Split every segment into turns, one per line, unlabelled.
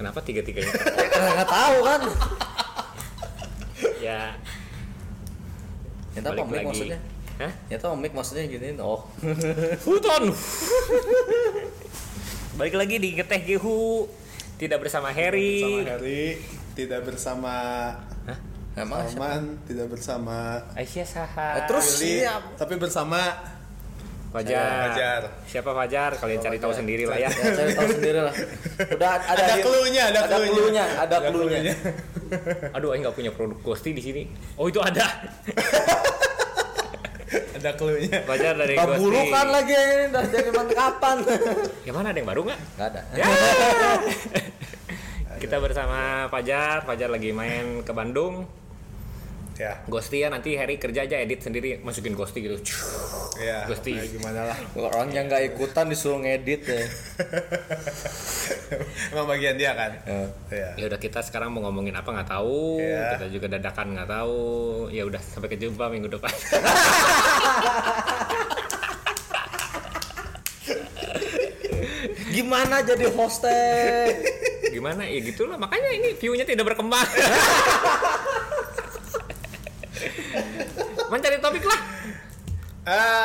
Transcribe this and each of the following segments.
Kenapa tiga-tiganya?
ya karena nggak tahu kan
ya,
ya tahu
balik
komik
lagi.
maksudnya
Hah?
ya tahu komik maksudnya gini oh
Huton. balik lagi di Geteh Gehu. Tidak bersama
Sama
Iya.
Harry.
Harry, tidak bersama
Hah?
emang siapa?
Salman, tidak bersama
Aisyah Saha.
Eh, terus?
Billy,
Siap.
tapi bersama
Fajar.
Fajar.
Siapa Fajar? Kalian cari tahu sendiri lah ya.
ya cari tahu sendiri lah udah ada
ada
di-
clue-nya, ada
ada
clue-nya.
clue-nya ada
Ada
clue-nya
clue-nya.
Aduh, Aing nggak punya produk Ghosti di sini. Oh itu ada.
ada clue-nya.
Fajar dari
Nah,
Ghosti.
bulu kan lagi yang ini udah jadi mantek kapan
Ya mana ada yang baru nggak?
nggak ada
Ya. Kita bersama Fajar. Fajar lagi main ke Bandung.
Ya,
Ghosti ya nanti Harry kerja aja edit sendiri masukin Ghosti gitu.
ya.
Gusti.
Nah, gimana lah?
orang yang nggak ikutan disuruh ngedit ya
Emang bagian dia kan?
Eh,
Ya.
Ya udah kita sekarang mau ngomongin apa nggak tahu.
Iya.
Kita juga dadakan nggak tahu. Ya udah sampai kejumpa minggu depan.
gimana jadi hostnya
Gimana? Ya gitulah. Makanya ini view-nya tidak berkembang. Mencari topik lah.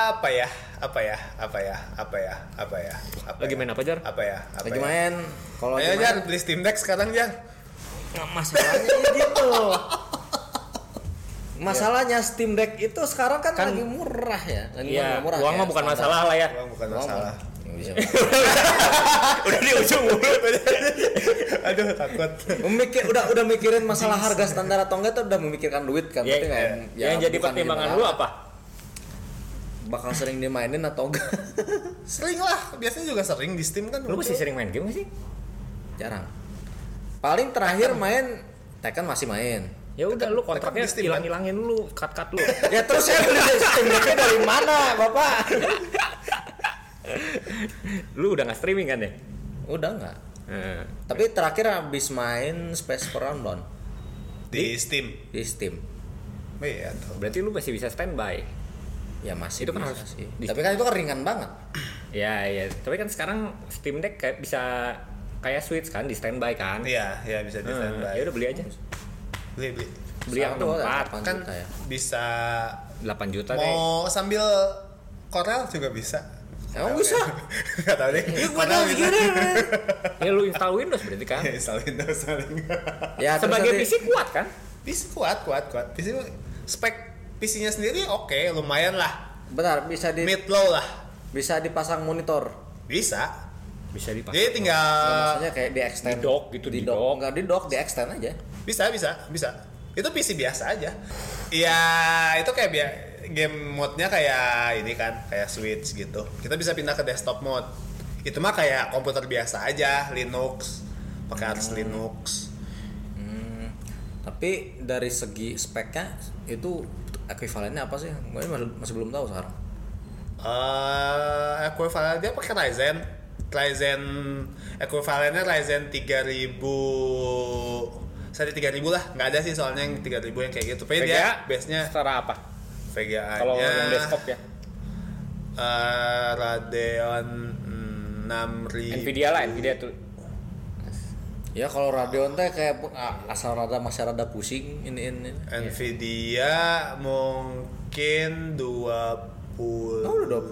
Apa ya? Apa ya? Apa ya? Apa ya? Apa ya? Apa
Lagi
ya?
main apa, Jar?
Apa ya? Apa
lagi
ya?
main kalau
Ayo
lagi
Jar,
main
beli Steam Deck sekarang Jar.
nggak masalahnya ini gitu masalahnya Steam Deck itu sekarang kan, lagi murah ya lagi
Iya,
murah
uang
ya,
mah bukan
standar.
masalah lah ya.
Uang bukan
Uang
masalah.
mah- Nggak bisa.
udah di ujung mulut.
Aduh, takut.
Memikir, udah udah mikirin masalah harga standar atau enggak tuh udah memikirkan duit kan
Ya,
Berarti nggak- ya,
yang jadi
bukan
pertimbangan
gimana.
lu apa?
bakal sering dimainin atau enggak
Sering lah, biasanya juga sering di Steam kan.
Lu masih sering main game nggak sih?
jarang paling terakhir main Tekken masih main
Ya udah lu kontraknya
di Steam, kan?
hilang-hilangin lu, cut-cut lu.
ya terus saya beli Steam Deck dari mana bapak
lu udah nggak streaming kan ya?
udah enggak
Eh,
tapi terakhir habis main Space for Rundown
Di Steam.
di Steam
Iya, tuh.
berarti lu masih bisa standby.
ya masih
Itu kan
bisa
harus
sih.
di-
tapi kan itu kan ringan banget
Ya ya, tapi kan sekarang Steam Deck kayak bisa kayak Switch kan di standby kan?
Iya, iya bisa di
Eh,
standby.
ya udah beli aja.
Beli, beli.
Beli yang
Satu ada
tempat
delapan
Kan
juta ya.
bisa
8 juta deh.
mau sambil Corel juga bisa.
Emang bisa?
Gak tau deh.
Ya, gua
Corel
tahu
bisa.
gini.
Ya lu install Windows berarti kan?
Ya, install Windows paling.
ya terus
Sebagai
nanti-
PC kuat kan?
PC kuat, kuat, kuat. PC spek PC-nya sendiri oke, lumayan lah.
benar bisa di
Mid low lah.
bisa dipasang monitor
Bisa.
Bisa dipakai.
Jadi Iya, tinggal
Nah, maksudnya kayak di extend
Di dock gitu, di dock.
enggak di dock di extend aja
bisa, bisa, bisa. Itu PC biasa aja. Iya, itu kayak biar game mode-nya kayak ini kan, kayak Switch gitu. Kita bisa pindah ke desktop mode. Itu mah kayak komputer biasa aja, Linux, pakai harus
Hmm.
Linux.
Hmm, tapi dari segi speknya itu ekuivalennya apa sih gue ini masih, masih belum tahu sekarang
Eh, ekuivalennya pakai Ryzen. Ryzen ekuivalennya Ryzen 3000 saya 3000 lah, nggak ada sih soalnya yang 3000 yang kayak gitu. Tapi dia base-nya Nah, iya.
setara apa?
VGA-nya.
Kalau yang desktop ya.
eh, Radeon mm, 6000.
Nvidia lah, Nvidia tuh.
ya kalau Radeon teh kayak ah, asal rada masih rada pusing ini ini ini.
Eh, Nvidia mungkin 20
Oh, udah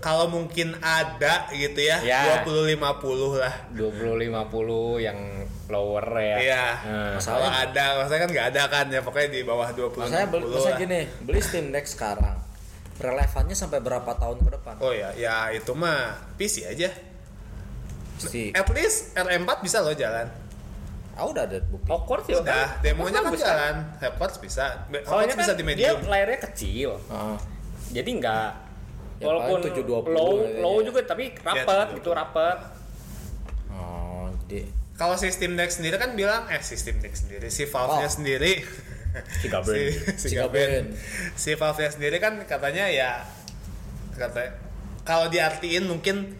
Kalau mungkin ada gitu ya,
Ya.
20 50 lah.
2050 yang lower ya.
Iya.
Eh,
Kalau
masalahnya
ada, maksudnya kan nggak ada kan ya pokoknya di bawah 20
masalahnya beli
60
masalahnya
lah.
gini beli Steam Deck sekarang relevannya sampai berapa tahun ke depan
Oh ya, ya itu mah PC aja.
si
At least RM4 bisa loh jalan.
ah udah ada bukti
Of course ya
Udah, demonya kan
Bagus
jalan. Hotpots bisa. Be-
Soalnya kan
Hotpots bisa di
dia
medium.
layarnya kecil.
Ah,
Jadi nggak
Ya,
walaupun
paling 720
low
ya.
low juga tapi rapet
Ya,
gitu rapet.
oh jadi
Kalau sistem Deck sendiri kan bilang eh sistem Deck sendiri, si Valve-nya
Valve.
sendiri.
Si Gaben.
si,
Si
si
Gaben.
Gaben. Si Valve-nya sendiri kan katanya ya kata kalau diartiin mungkin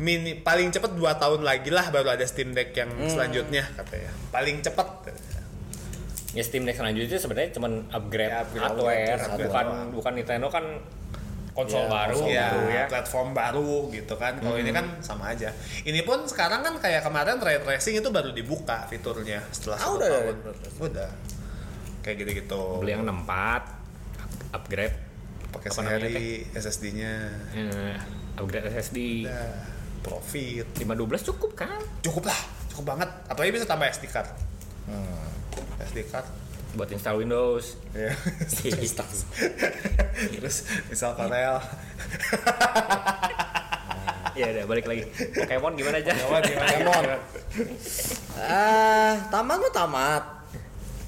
mini paling cepat 2 tahun lagi lah baru ada Steam Deck yang selanjutnya katanya. Paling cepat.
Ya Steam Deck selanjutnya sebenarnya cuman upgrade,
Ya, upgrade
hardware,
doang, upgrade
bukan
doang.
bukan Nintendo kan konsol
Iya,
baru
konsol
gitu
ya,
ya.
platform baru gitu kan. Kalau ini kan sama aja. Ini pun sekarang kan kayak kemarin ray tracing itu baru dibuka fiturnya setelah
Ah,
satu
udah ada
tahun.
ray tracing?
Udah. Kayak gitu-gitu.
Beli yang 64 up- upgrade
pakai
apa namanya
sehari SSD-nya.
eh, upgrade SSD.
Udah. Profit.
512 cukup kan
Cukup lah, cukup banget. Apalagi bisa tambah SD card.
hmm.
SD card.
buat install Windows.
Iya. Terus misal Parel.
Iya, udah balik lagi. Pokemon gimana aja?
Jawa di Pokemon.
Ah, tamat mah tamat.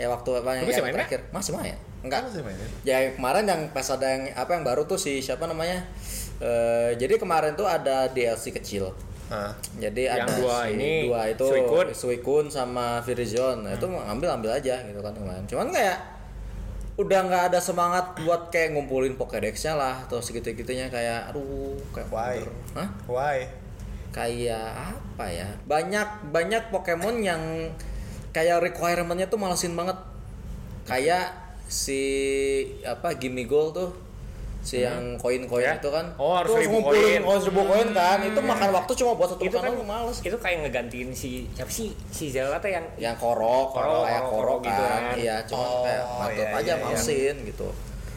Ya waktu apa yang,
Lu masih
yang
main,
terakhir masih main. Enggak.
Masih mainin.
Ya yang kemarin yang pas ada yang apa yang baru tuh si siapa namanya? Eh, jadi kemarin tuh ada DLC kecil.
Ah.
Jadi
Yang
ada
dua
si
ini,
dua itu
Suicune. Hmm.
Suicune sama Virizon. Nah, itu ambil ambil aja gitu kan kemarin. Cuman kayak udah nggak ada semangat buat kayak ngumpulin Pokédex-nya lah atau segitu-gitunya kayak aduh kayak
Why?
bener. Hah?
Why?
kayak apa ya banyak banyak Pokemon yang kayak requirementnya tuh malesin banget kayak si apa Gimmigol tuh si yang koin-koin
Hmm. Ya.
itu kan
Oh, harus
Tuh
seribu
ngumpulin
koin. Hmm.
oh, seribu koin kan itu makan waktu cuma buat satu
itu kan
pekan doang, males
Itu kayak ngegantiin si siapa sih si Zelda tuh yang
yang korok,
Korok,
kayak
korok,
korok,
gitu
kan.
kan.
Iya, cuma
Oh,
kayak mantep
iya,
aja
iya,
malesin gitu.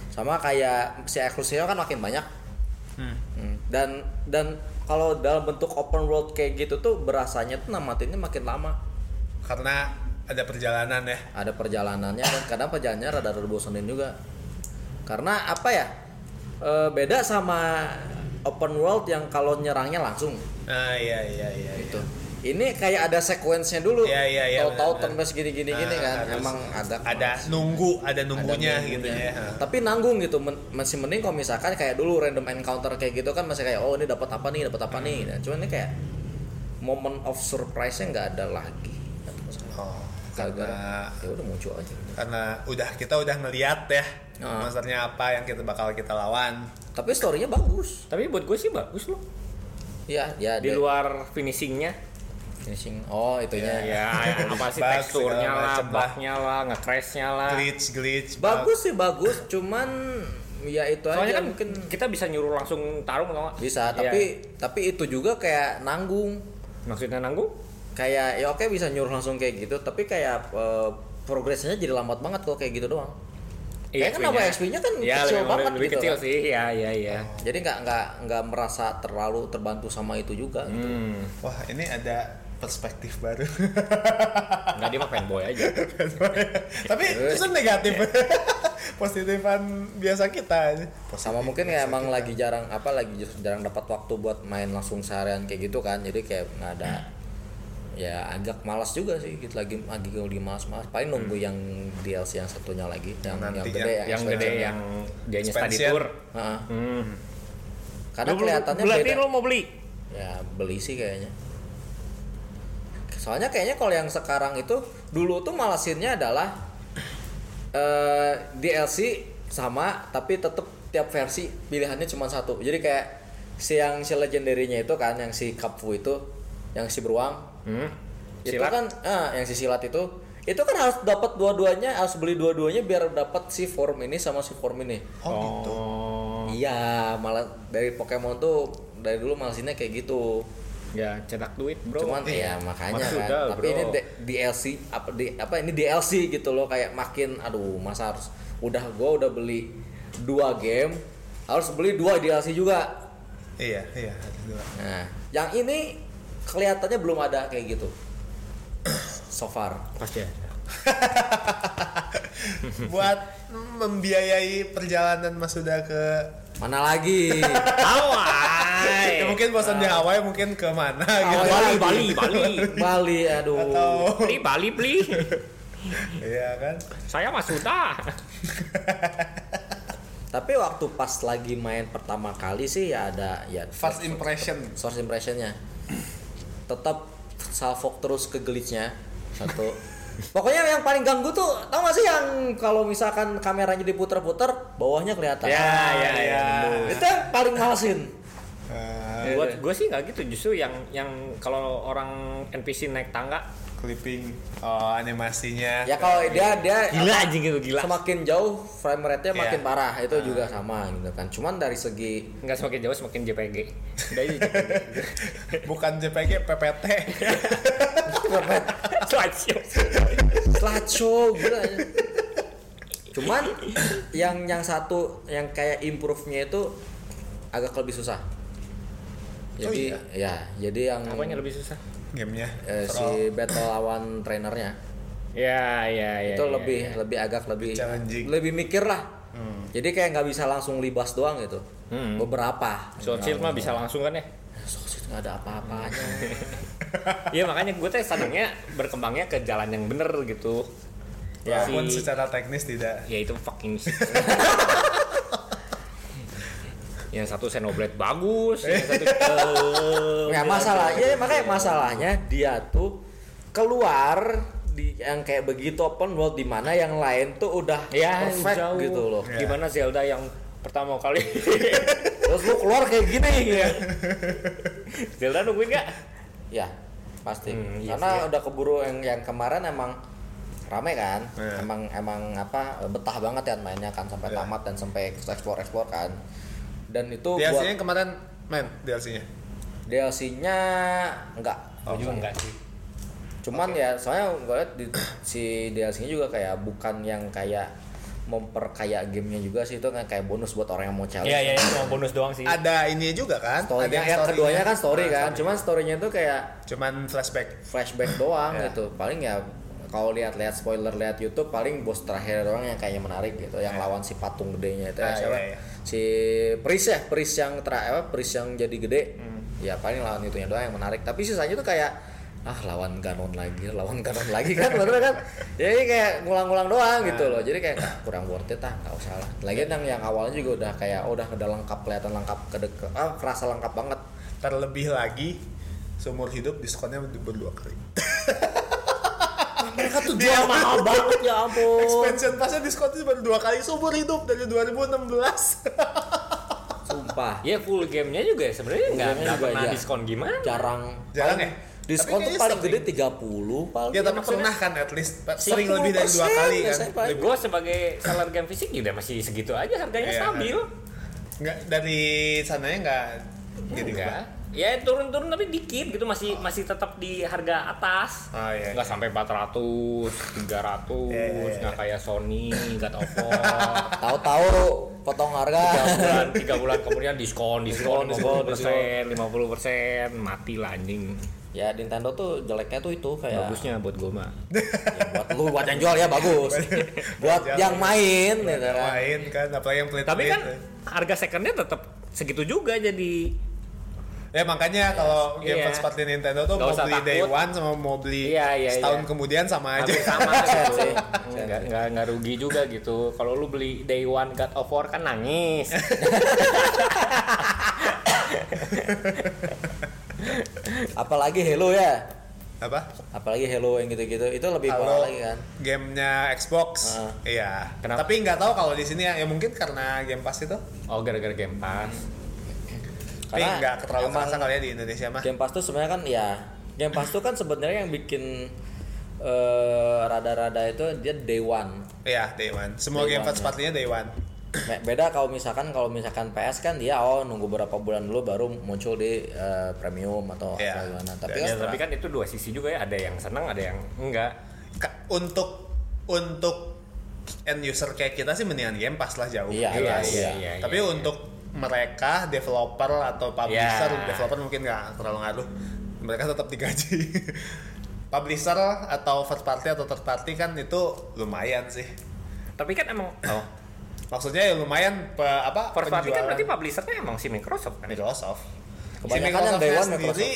Sama kayak si eksklusifnya kan makin banyak. Hmm. Dan dan kalau dalam bentuk open world kayak gitu tuh berasanya tuh namatinnya makin lama.
Karena ada perjalanan ya.
Ada perjalanannya dan kadang perjalanannya rada-rada bosenin juga. Karena apa ya? E, beda sama open world yang kalau nyerangnya langsung
Ah iya iya iya.
gitu. Ini kayak ada sekuensnya dulu.
Iya, iya, iya,
Tahu-tahu
benar,
turn based gini-gini gini
Ah,
kan.
harus-
Emang agak
Ada
males.
nunggu, ada nunggunya
Ada
gitu
nunggunya.
ya. Ah.
Tapi nanggung gitu, men- masih mending kalau misalkan kayak dulu random encounter kayak gitu kan masih kayak oh ini dapat apa nih, dapat apa nih.
Hmm.
Nah, cuman ini kayak moment of surprise-nya nggak ada lagi.
Oh,
Gara-gara
karena
ya udah muncul aja.
karena udah kita udah ngeliat ya
Ah.
monsternya apa yang kita bakal kita lawan.
Tapi story-nya bagus.
tapi buat gue sih bagus loh
Iya, ya
di
dia-
luar finishingnya
finishing. Oh, itunya.
ya apa sih
Bug,
teksturnya
segala
lah
macem lah.
bugnya lah nge-crashnya lah
Glitch glitch. bug.
Ah. Bagus sih bagus, cuman ya itu
soalnya
aja
kan
mungkin
kita bisa nyuruh langsung tarung atau nggak?
bisa,
Iya.
tapi tapi itu juga kayak nanggung.
maksudnya nanggung
Kayak ya oke bisa nyuruh langsung kayak gitu, tapi kayak eh, progresnya jadi lambat banget kalau kayak gitu doang.
Iya,
Kayaknya kenapa XP-nya kan kecil
lebih,
banget
lebih
gitu
kecil
kan.
sih ya ya ya
jadi nggak nggak nggak merasa terlalu terbantu sama itu juga gitu.
hmm.
Wah ini ada perspektif baru.
nggak dia mah fanboy aja
Tapi justru negatif. Positifan biasa kita.
sama mungkin ya emang lagi jarang apa lagi just- jarang dapat waktu buat main langsung seharian kayak gitu kan jadi kayak nggak ada ya agak malas juga sih gitu lagi lagi lagi malas malas paling nunggu yang DLC yang satunya lagi yang yang
Nanti
gede
yang-
ya,
Hmm. yang gede
expansion-nya.
yang dia nyesta di
Expansion.
tour
Heeh.
hmm.
karena
Lu- lu-
kelihatannya
berarti
beda
lo mau beli
ya beli sih kayaknya soalnya kayaknya kalau yang sekarang itu dulu tuh malasinnya adalah eh, DLC sama tapi tetap tiap versi pilihannya cuma satu jadi kayak si yang si legendary-nya itu kan yang si kapfu itu yang si beruang
hmm.
itu
silakan
kan ah, yang si silat itu itu kan harus dapat dua-duanya harus beli dua-duanya biar dapat si form ini sama si form ini
Oh, gitu.
Oh.
iya malah dari Pokemon tuh dari dulu malasinnya kayak gitu
ya cetak duit bro
cuman ya makanya
Maksud
kan
dah,
tapi
bro.
ini D- DLC apa di- apa ini DLC gitu loh kayak makin aduh masa harus udah gua udah beli dua game harus beli dua DLC juga
Iya iya. harus dua.
nah yang ini kelihatannya belum ada kayak gitu so far
pasti ada.
Buat membiayai perjalanan Mas sudah ke
mana lagi
Ya,
Hawaii.
mungkin bosan di Hawaii mungkin ke mana gitu.
Ah. Bali, Bali, Bali.
Bali aduh
Atau
Beli Bali beli.
iya kan.
Saya mah sudah.
tapi waktu pas lagi main pertama kali sih ya ada ya
First impression.
source impressionnya tetap salvok terus ke glitchnya satu pokoknya yang paling ganggu tuh tau gak sih yang kalau misalkan kameranya diputer-puter bawahnya kelihatan
Ya, ya, ya.
itu yang paling malesin
Eh,
Buat gue sih nggak gitu. Justru yang yang kalau orang NPC naik tangga
clipping oh, animasinya.
ya kalau dia dia
Gila anjing itu gila. Ah.
semakin jauh frame rate-nya
Iya.
makin parah itu juga sama gitu kan cuman dari segi
Enggak semakin jauh semakin JPG. Udah aja JPG.
Bukan JPG, PPT.
Slideshow.
Slideshow gila ya. Cuman yang yang satu yang kayak improve-nya itu agak lebih susah.
Oh
Jadi
iya?
ya, jadi yang
Apanya lebih susah?
Gamenya.
eh,
Troll.
si battle lawan trainernya
Ya, ya, ya.
itu
ya,
lebih
ya.
lebih agak lebih
challenging.
lebih mikir lah.
Hmm.
Jadi kayak nggak bisa langsung libas doang gitu.
Hmm.
Beberapa.
Sword Shield mah bisa langsung kan ya?
Sosis nggak ada apa-apanya.
Iya makanya gue teh senangnya berkembangnya ke jalan yang bener gitu. Ya,
Walaupun
si-
secara teknis tidak.
ya itu fucking shit. yang satu Xenoblade bagus, yang satu Eh,
Nggak masalah, ya makanya masalahnya dia tuh keluar di yang kayak begitu open world di mana yang lain tuh udah
ya
perfect
jauh.
gitu loh.
Ya.
Gimana Zelda yang pertama kali
Terus lu keluar kayak gini
Iya.
ya.
Zelda nungguin gak?
Ya, pasti.
Hmm, iya
Karena udah keburu yang yang kemarin emang rame kan.
Iya.
Emang emang apa betah banget ya mainnya kan sampai
Iya.
tamat dan sampai explore-explore kan. Dan
Oh,
itu
DLC-nya
buat
kemarin main DLC-nya.
DLC-nya enggak.
Oh, juga enggak sih.
Cuman ya soalnya gue liat di, si DLC-nya juga kayak bukan yang kayak memperkaya gamenya juga sih itu kayak kayak bonus buat orang yang mau challenge.
Iya, iya, itu cuma bonus doang sih.
Ada ini juga kan? ada
Story-nya,
yang
yang
story-nya.
keduanya kan story
Nah,
kan,
story.
cuman story-nya itu kayak
Cuman flashback.
flashback doang
Iya.
gitu. Paling ya kalau lihat-lihat spoiler lihat YouTube paling bos terakhir doang yang kayaknya menarik gitu, yang lawan si patung gedenya itu ya,
Iya. Ah,
siapa?
iya, iya.
Si Pris ya, Pris yang terakhir, apa, Pris yang jadi gede.
Hmm.
Ya paling lawan itunya doang yang menarik. Tapi sisanya tuh kayak ah lawan Ganon lagi, lawan Ganon lagi kan bener kan? Jadi kayak ngulang-ngulang doang gitu loh. Jadi kayak ah, kurang worth it ah, nggak usah lah. Lagian yang yang awalnya juga udah kayak oh, udah udah lengkap kelihatan lengkap kedek ah, kerasa lengkap banget.
Terlebih lagi seumur hidup diskonnya berdua kali.
Mereka tuh jual mahal banget ya
Oh.
ampun.
Expansion pasnya diskonnya baru dua kali seumur hidup dari 2016.
Sumpah.
Ya full gamenya juga ya sebenarnya
Full
nggak
gamenya
nggak
juga,
pernah
iya.
diskon gimana?
jarang
Kan Jarang ya?
paling- diskon
Tapi
tuh
kayaknya
paling
sering.
gede 30 paling
ya tapi
Oh, iya, maksudnya-
pernah kan at least sering lebih dari dua
10%
kali
ya,
kan.
saya paling-
Gue sebagai seller game fisik juga masih segitu aja harganya
Iya.
stabil.
Enggak dari sananya gitu kan? enggak jadi
Enggak. Ya turun-turun tapi dikit gitu masih masih tetap di harga atas.
Oh, iya,
Nggak sampai 400, 300,
Iya, iya, iya.
nggak kayak Sony, God of War.
tahu-tahu potong harga
Tiga bulan, tiga bulan kemudian diskon, diskon,
Diskon, diskon,
50 persen, 50 persen, mati lah anjing.
ya Nintendo tuh jeleknya tuh itu kayak
Bagusnya buat gue mah.
ya, buat lu buat yang jual ya bagus buat
jual.
yang main gitu
Yang
kan
lain kan apalagi yang pelit
Tapi kan harga secondnya tetap segitu juga jadi
ya makanya kalau game
Iya.
fans seperti Nintendo tuh
Nggak
mau
usah
beli day
takut.
one sama mau beli
Iya, iya,
setahun
iya.
kemudian sama aja
hampir sama gitu.
sih.
nggak, nggak, nggak rugi juga gitu kalau lu beli day one God of War kan nangis
apalagi Halo ya
apa
apalagi Halo yang gitu-gitu itu lebih
kalau
parah lagi kan Ah.
gamenya Xbox
Heeh.
iya
Kenapa?
tapi nggak tahu kalau di sini ya, ya mungkin karena game pass itu
oh gara-gara game pass
tapi
Karena
nggak terlalu
emang-
kerasa kali ya di Indonesia mah
Game Pass tuh sebenarnya kan ya Game Pass tuh kan sebenarnya yang bikin eh, rada-rada itu dia day one
iya day one semua
Day
game
one,
fans
ya.
sepertinya day one
Be- beda kalau misalkan kalau misalkan PS kan dia oh nunggu berapa bulan dulu baru muncul di eh, premium atau
Iya.
apa gimana tapi
ya,
Iya,
kan
tapi kan itu dua sisi juga ya ada yang senang ada yang enggak
Ka- untuk untuk end user kayak kita sih mendingan game pass lah jauh
Iya,
jelas.
iya,
iya, iya,
tapi
iya.
untuk mereka developer atau publisher
Iya.
Ya.
developer mungkin nggak terlalu ngaruh mereka tetap digaji publisher atau first party atau third party kan itu lumayan sih
tapi kan emang
oh. maksudnya ya lumayan pe- apa
first party kan
penjualan.
berarti publishernya emang si Microsoft kan
Microsoft.
Kebanyakan
si Microsoft
yang day one
sendiri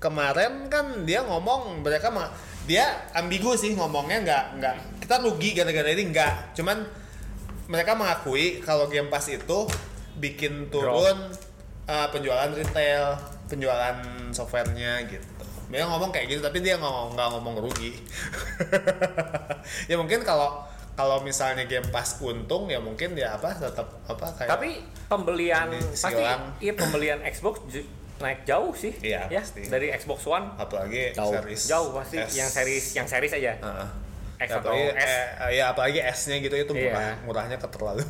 kemarin kan dia ngomong mereka mah dia ambigu sih ngomongnya nggak nggak kita rugi gara-gara ini nggak cuman mereka mengakui kalau Game Pass itu bikin turun eh, penjualan retail penjualan softwarenya gitu dia ngomong kayak gitu tapi dia ngomong nggak ngomong rugi ya mungkin kalau kalau misalnya Game Pass untung ya mungkin ya apa tetap apa kayak
tapi pembelian
Ini
pasti
silang.
iya pembelian Xbox ju- naik jauh sih
Iya,
ya
pasti.
dari Xbox One
apalagi
Jauh.
series
jauh pasti
S.
yang series yang series aja
Heeh.
X atau
apalagi
S
eh, ya apalagi S-nya gitu itu
Iya.
murah murahnya keterlaluan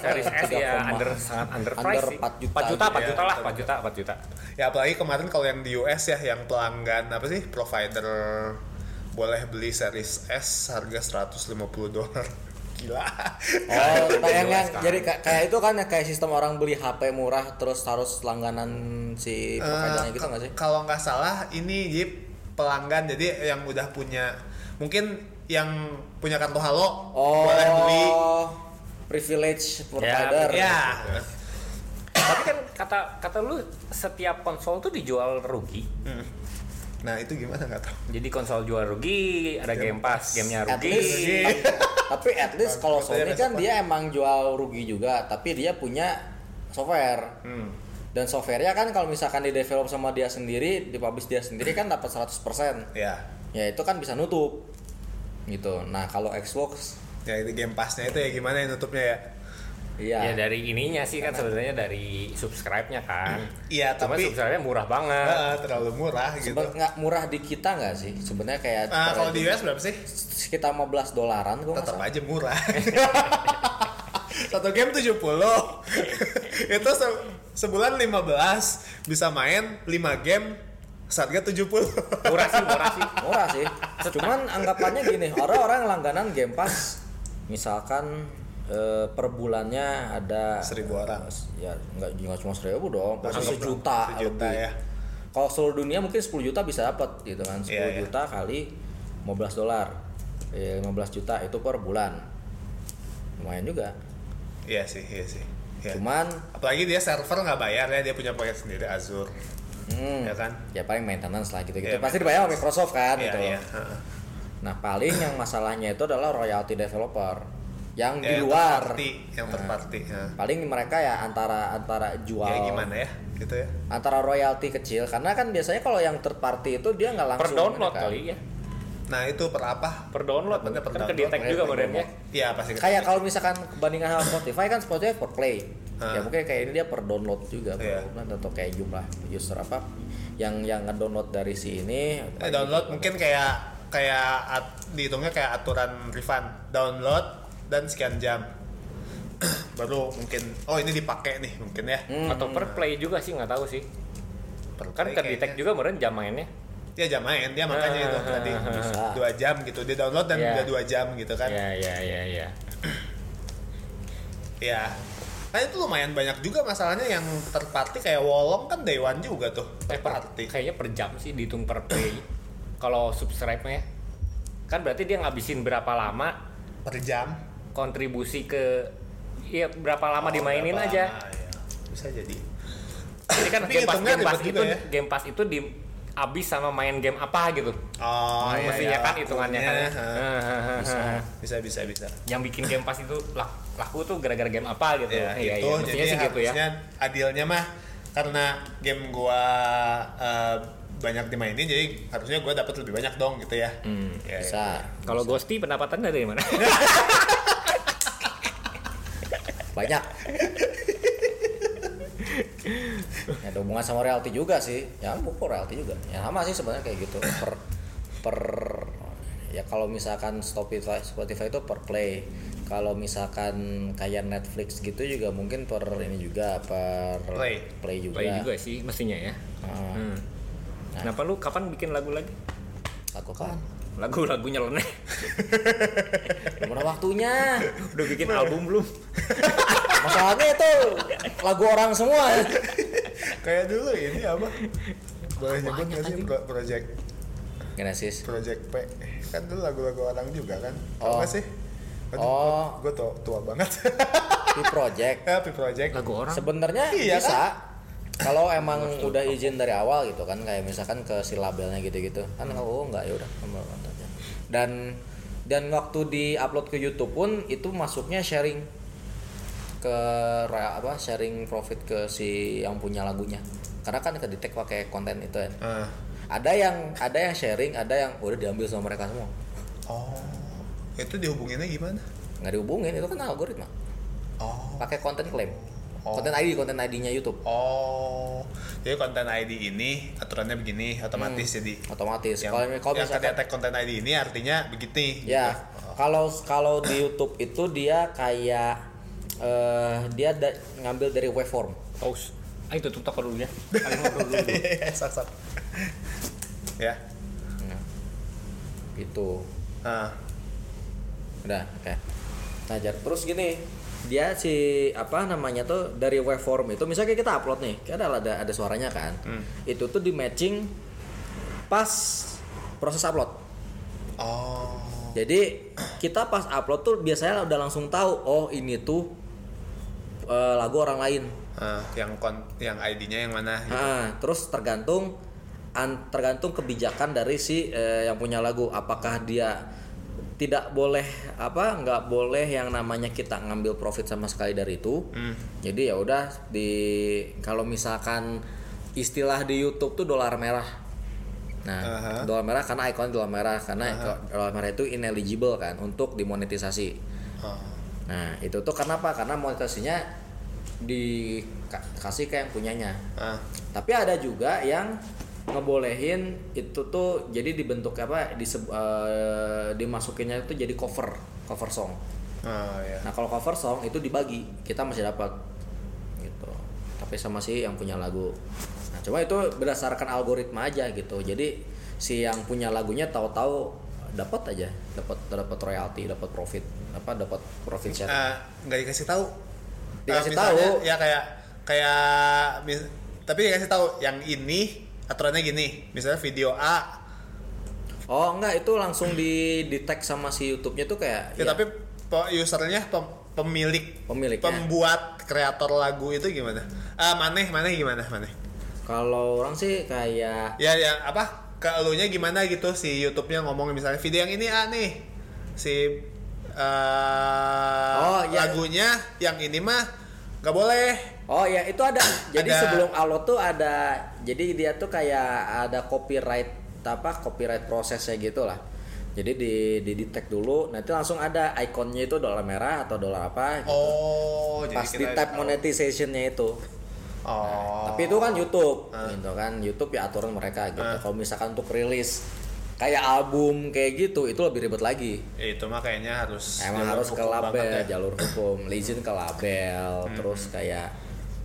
series S ya
3,4.
under sangat under
Under
price
4
sih
juta
4
ya.
juta 4
gitu.
juta
Iya,
lah 4 juta 4 juta
ya apalagi kemarin kalau yang di US ya yang pelanggan apa sih provider boleh beli series S harga 150 dolar gila
Oh,
Iya,
kayak
Jelas
yang
kan.
jadi ka- kayak itu kan ya, kayak sistem orang beli HP murah terus harus langganan si providernya
Eh,
gitu nggak sih?
kalau nggak salah ini jadi pelanggan jadi yang udah punya mungkin yang punya kartu halo
Oh,
boleh beli
privilege provider.
ya
tapi kan kata kata lu setiap konsol tuh dijual rugi
nah itu gimana nggak tahu
jadi konsol jual rugi ada game,
Game
pass gamenya
At
rugi
least,
Rugi.
Iya.
tapi at least kalau Sony
Maksudnya ada
kan
software.
dia emang jual rugi juga, tapi dia punya software.
Hmm.
Dan softwarenya kan kalau misalkan di develop sama dia sendiri, di publish dia sendiri kan dapat 100%.
ya
Ya itu kan bisa nutup. Gitu. Nah, kalau Xbox
ya itu game passnya itu ya gimana yang nutupnya ya
ya
iya.
dari ininya sih kan sebenarnya dari subscribe-nya kan
Iya,
cuma
tapi-
subscribe-nya murah banget
Ah.
Eh, terlalu murah gitu
Sebe- nggak murah di kita nggak sih? Sebenarnya kayak gitu.
Ah, kalau di US berapa sih
sekitar 15 dolaran gua nggak
tetap
salah.
aja murah satu game 70 itu se- sebulan 15 bisa main 5 game harga 70
murah sih murah sih
Murah sih. Cuman anggapannya gini, orang-orang langganan Game Pass misalkan eh, per bulannya ada
Seribu orang.
Ya nggak nggak cuma seribu dong, pasti
Anggap
sejuta,
sejuta
lebih.
ya
Kalau seluruh dunia mungkin 10 juta bisa dapat gitu kan. 10
Iya, iya.
juta kali 15 dolar. Eh, 15 juta itu per bulan. Lumayan juga.
iya sih iya sih Iya.
Cuman
apalagi dia server nggak bayar ya dia punya paket sendiri Azure
hmm,
ya kan
ya paling maintenance lah gitu-gitu.
Iya,
Pasti dibayar sama Microsoft kan
iya
gitu. loh.
iya heeh.
Nah, paling yang masalahnya itu adalah royalty developer yang
Ya,
di
yang
luar. Hmm.
third party, yang third party ya.
Paling mereka ya antara antara jual
ya gimana ya gitu ya
antara royalty kecil karena kan biasanya kalau yang third party itu dia nggak
per
langsung
download
mereka.
kali ya
nah itu per apa
per download
Dapatnya per
kan ke
download,
detect
makanya
juga
per
badannya
Iya pasti
Kayak kalau misalkan kebandingan sama Spotify kan Spotify per play.
Ah.
Ya mungkin kayak ini dia per download juga per
Iya.
download atau kayak jumlah user apa yang yang ngedownload dari si ini
Eh, download mungkin kayak kayak at- dihitungnya kayak aturan refund download dan sekian jam baru mungkin oh ini dipakai nih mungkin ya
atau per play juga sih nggak tahu sih
Per
Hmm. kan
play
ke detect
kayaknya.
juga meren jam mainnya
dia jam main Iya, dia makanya itu
Ah.
tadi dua jam gitu dia download dan
Iya.
udah dua jam gitu kan
ya ya ya ya
ya nah itu lumayan banyak juga masalahnya yang third party kayak Wolong kan day one juga tuh
eh,
third
per,
party
kayaknya per jam sih dihitung per play kalau subscribe-nya kan berarti dia ngabisin berapa lama
per jam
kontribusi ke ya berapa lama
Oh,
dimainin
berapa
aja
lama, ya. bisa jadi
jadi kan
Tapi
game pass,
hitungnya
game pass
ribet
itu
juga ya.
game pass itu di abis sama main game apa gitu
oh iya,
mestinya
iya,
kan hitungannya kan Nah.
lakunya, ha.
Hehehe.
bisa bisa bisa
yang bikin game pass itu lak- laku tuh gara-gara game apa gitu
ya,
Iya,
itu
iya. mestinya
jadi
sih gitu ya
harusnya adilnya mah karena game gua eh, banyak dimainin jadi harusnya gua dapat lebih banyak dong gitu ya,
Hmm,
Ya, ya.
bisa
kalau Ghosti pendapatannya dari mana?
banyak ya, ada hubungan sama reality juga sih ya buku reality juga ya sama sih sebenarnya kayak gitu per per ya kalau misalkan Spotify Spotify itu per play kalau misalkan kayak Netflix gitu juga mungkin per ini juga per
Play.
juga,
Play juga sih mestinya ya.
Nah,
Hmm. Kenapa lu kapan bikin lagu lagi?
lakukan
Lagu-lagu nyeleneh.
belum ada waktunya
Udah bikin album belum?
masalahnya itu lagu orang semua
kayak dulu ini apa boleh nyebut nggak sih pro- project
Genesis
project P kan dulu lagu-lagu orang juga kan
Oh.
tau gak sih
Oh.
gue tua, tua banget
di project
happy project
Lagu orang.
Sebenarnya
Iya
bisa. Kalau emang udah izin dari awal gitu kan kayak misalkan ke si labelnya gitu-gitu. Kan oh enggak ya udah ambil aja. Dan dan waktu di-upload ke YouTube pun itu masuknya sharing ke ra- apa sharing profit ke si yang punya lagunya. Karena kan ke detect pakai konten itu ya.
Ah.
Ada yang ada yang sharing, ada yang udah diambil sama mereka semua.
oh itu dihubunginnya gimana
Nggak dihubungin, itu kan algoritma.
oh
Pakai konten klaim.
Oh.
Konten ID, konten ID-nya YouTube.
Oh, jadi konten ID ini aturannya begini otomatis jadi
Otomatis.
yang,
Hmm. Kalau kalau
yang
misalkan-
tag konten ID ini artinya begini.
Ya, kalau kalau di YouTube itu dia kayak eh dia da- ngambil dari waveform.
Aus. Ah itu tutup dulu ya. Ayo ngobrol dulu.
sak sak. ya.
Nah, Gitu.
Ah.
Udah, oke. Nah, Jar, terus gini, dia si apa namanya tuh dari waveform itu misalnya kita upload nih, kan ada ada, ada suaranya kan. Itu tuh di matching pas proses upload.
Oh.
Jadi kita pas upload tuh biasanya udah langsung tahu, oh ini tuh eh, lagu orang lain.
Ah, yang kon yang ID-nya yang mana?
Ah, terus tergantung an- tergantung kebijakan dari si eh, yang punya lagu apakah dia tidak boleh apa nggak boleh yang namanya kita ngambil profit sama sekali dari itu jadi ya udah di kalau misalkan istilah di YouTube tuh dolar merah nah
Aha.
dolar merah karena ikon dolar merah karena dolar merah itu ineligible kan untuk dimonetisasi
Oh.
nah itu tuh kenapa karena monetisasinya dikasih ke yang punyanya
Ah.
tapi ada juga yang ngebolehin itu tuh jadi dibentuk apa diseb, eh, dimasukinnya itu jadi cover cover song
Oh, ya.
nah kalau cover song itu dibagi kita masih dapat gitu tapi sama si yang punya lagu nah cuma itu berdasarkan algoritma aja gitu jadi si yang punya lagunya tahu-tahu dapat aja dapat dapat royalti dapat profit apa dapat profit share
Ah, nggak dikasih tahu.
Ya. Dikasih
Ah, misalnya,
tahu.
Ya kayak kayak mis- tapi dikasih tahu yang ini aturannya gini. Misalnya video A,
oh enggak itu langsung di di tag sama si YouTube-nya tuh kayak ya,
ya, tapi pe- usernya pem- pemilik
Pemiliknya.
pembuat kreator lagu itu gimana? Ah, maneh maneh gimana maneh?
Kalau orang sih kayak
Ya yang apa? Ke elunya gimana gitu si YouTube-nya ngomong misalnya video yang ini A nih. Si eh
Oh, ya.
lagunya yang ini mah nggak boleh.
Oh ya itu ada. Jadi
Ada.
sebelum upload tuh ada. Jadi dia tuh kayak ada copyright apa copyright prosesnya gitu lah. Jadi di di detect dulu, nanti langsung ada ikonnya itu dolar merah atau dolar apa. gitu.
Oh,
Pas di
kita
tab
tahu.
monetizationnya itu.
Oh. Ah.
Tapi itu kan YouTube, gitu kan. YouTube ya aturan mereka gitu. Kalau misalkan untuk rilis kayak album kayak gitu, itu lebih ribet lagi.
Ya, itu mah kayaknya harus
Emang
jalur
harus ke
hukum
label,
banget ya. Hmm.
jalur hukum, izin ke label, terus kayak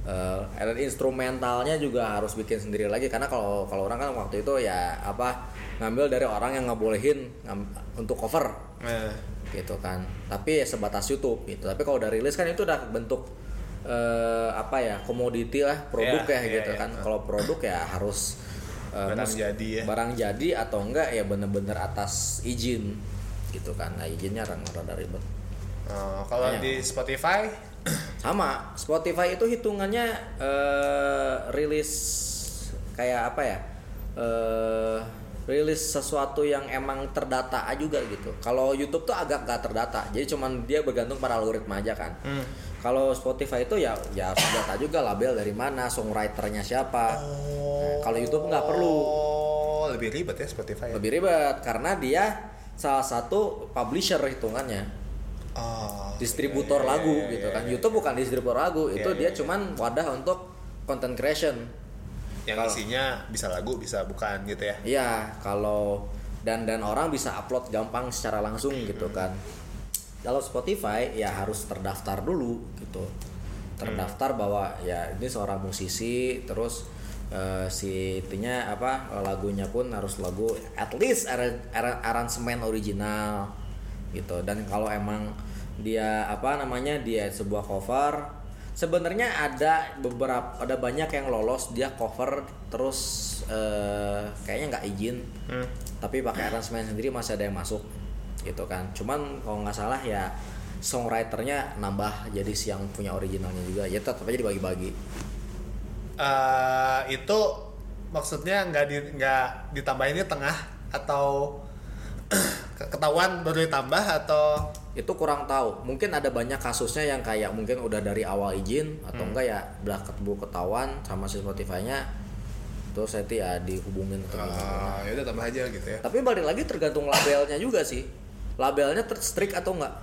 eh alat instrumentalnya juga harus bikin sendiri lagi karena kalau kalau orang kan waktu itu ya apa ngambil dari orang yang ngebolehin ngam- untuk cover
Eh,
gitu kan. Tapi ya sebatas YouTube gitu. Tapi kalau udah rilis kan itu udah bentuk eh apa ya komoditi lah produk
Iya,
ya
iya,
gitu
iya.
kan. Kalau produk ya harus eh,
Barang
mus-
jadi ya.
barang jadi atau enggak ya bener-bener atas izin gitu kan. Nah, izinnya rada ribet
oh, kalau
Iya.
di Spotify
sama Spotify itu hitungannya eh rilis kayak apa ya eh rilis sesuatu yang emang terdata juga gitu kalau YouTube tuh agak gak terdata jadi cuman dia bergantung pada algoritma aja kan kalau Spotify itu ya ya harus data juga label dari mana songwriternya siapa Nah, kalau YouTube nggak perlu
Oh, lebih ribet ya Spotify. ya?
lebih ribet karena dia salah satu publisher hitungannya Ah.
Oh,
distributor
iya, iya,
lagu
iya, iya,
gitu
iya,
kan.
iya.
YouTube bukan distributor lagu, itu
iya,
dia
iya.
cuman wadah untuk content creation.
Yang
Kalau-
isinya bisa lagu, bisa bukan gitu ya.
Iya, kalau dan dan orang bisa upload gampang secara langsung
Hmm,
gitu kan. Kalau Spotify ya harus terdaftar dulu gitu. Terdaftar
Hmm.
bahwa ya ini seorang musisi terus eh, si intinya apa lagunya pun harus lagu at least ara- ara- aransemen original gitu dan kalau emang dia apa namanya dia sebuah cover sebenarnya ada beberapa ada banyak yang lolos dia cover terus eh, kayaknya nggak izin tapi pakai aransemen sendiri masih ada yang masuk gitu kan cuman kalau nggak salah ya songwriternya nambah jadi siang punya originalnya juga ya tetap aja dibagi-bagi
Eh, itu maksudnya nggak di nggak ditambahinnya tengah atau ke- ketahuan baru ditambah atau
itu kurang tahu mungkin ada banyak kasusnya yang kayak mungkin udah dari awal izin atau enggak ya belah ketemu ketahuan sama si Spotify-nya terus nanti ya dihubungin atau gimana.
Ah, ya udah tambah aja gitu ya.
tapi balik lagi tergantung labelnya juga sih labelnya ter- strict atau enggak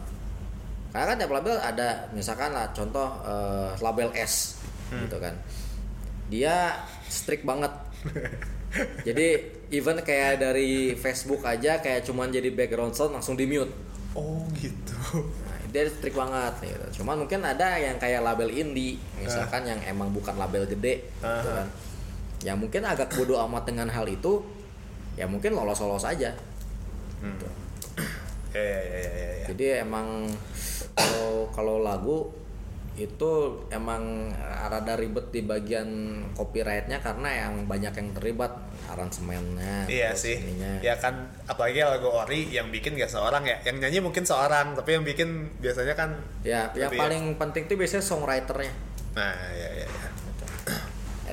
Karena kan tiap label ada misalkan lah contoh eh, label S gitu kan. Dia strict banget. jadi even kayak dari Facebook aja kayak cuman jadi background sound langsung di mute.
Oh gitu.
Nah, dia strict banget gitu. Cuman mungkin ada yang kayak label indie, misalkan yang emang bukan label gede gitu
Aha.
kan. Ya mungkin agak bodoh amat dengan hal itu. Ya mungkin lolos-lolos aja.
Ya ya ya ya, ya, ya.
Jadi emang kalau kalau lagu itu emang rada ribet di bagian copyrightnya karena yang banyak yang terlibat aransemennya.
Iya
terus
sih.
ininya.
Ya kan apalagi lagu ori yang bikin gak seorang ya. Yang nyanyi mungkin seorang, tapi yang bikin biasanya kan
Ya, yang
Tapi ya.
paling penting tuh biasanya songwriternya.
nah ya ya ya.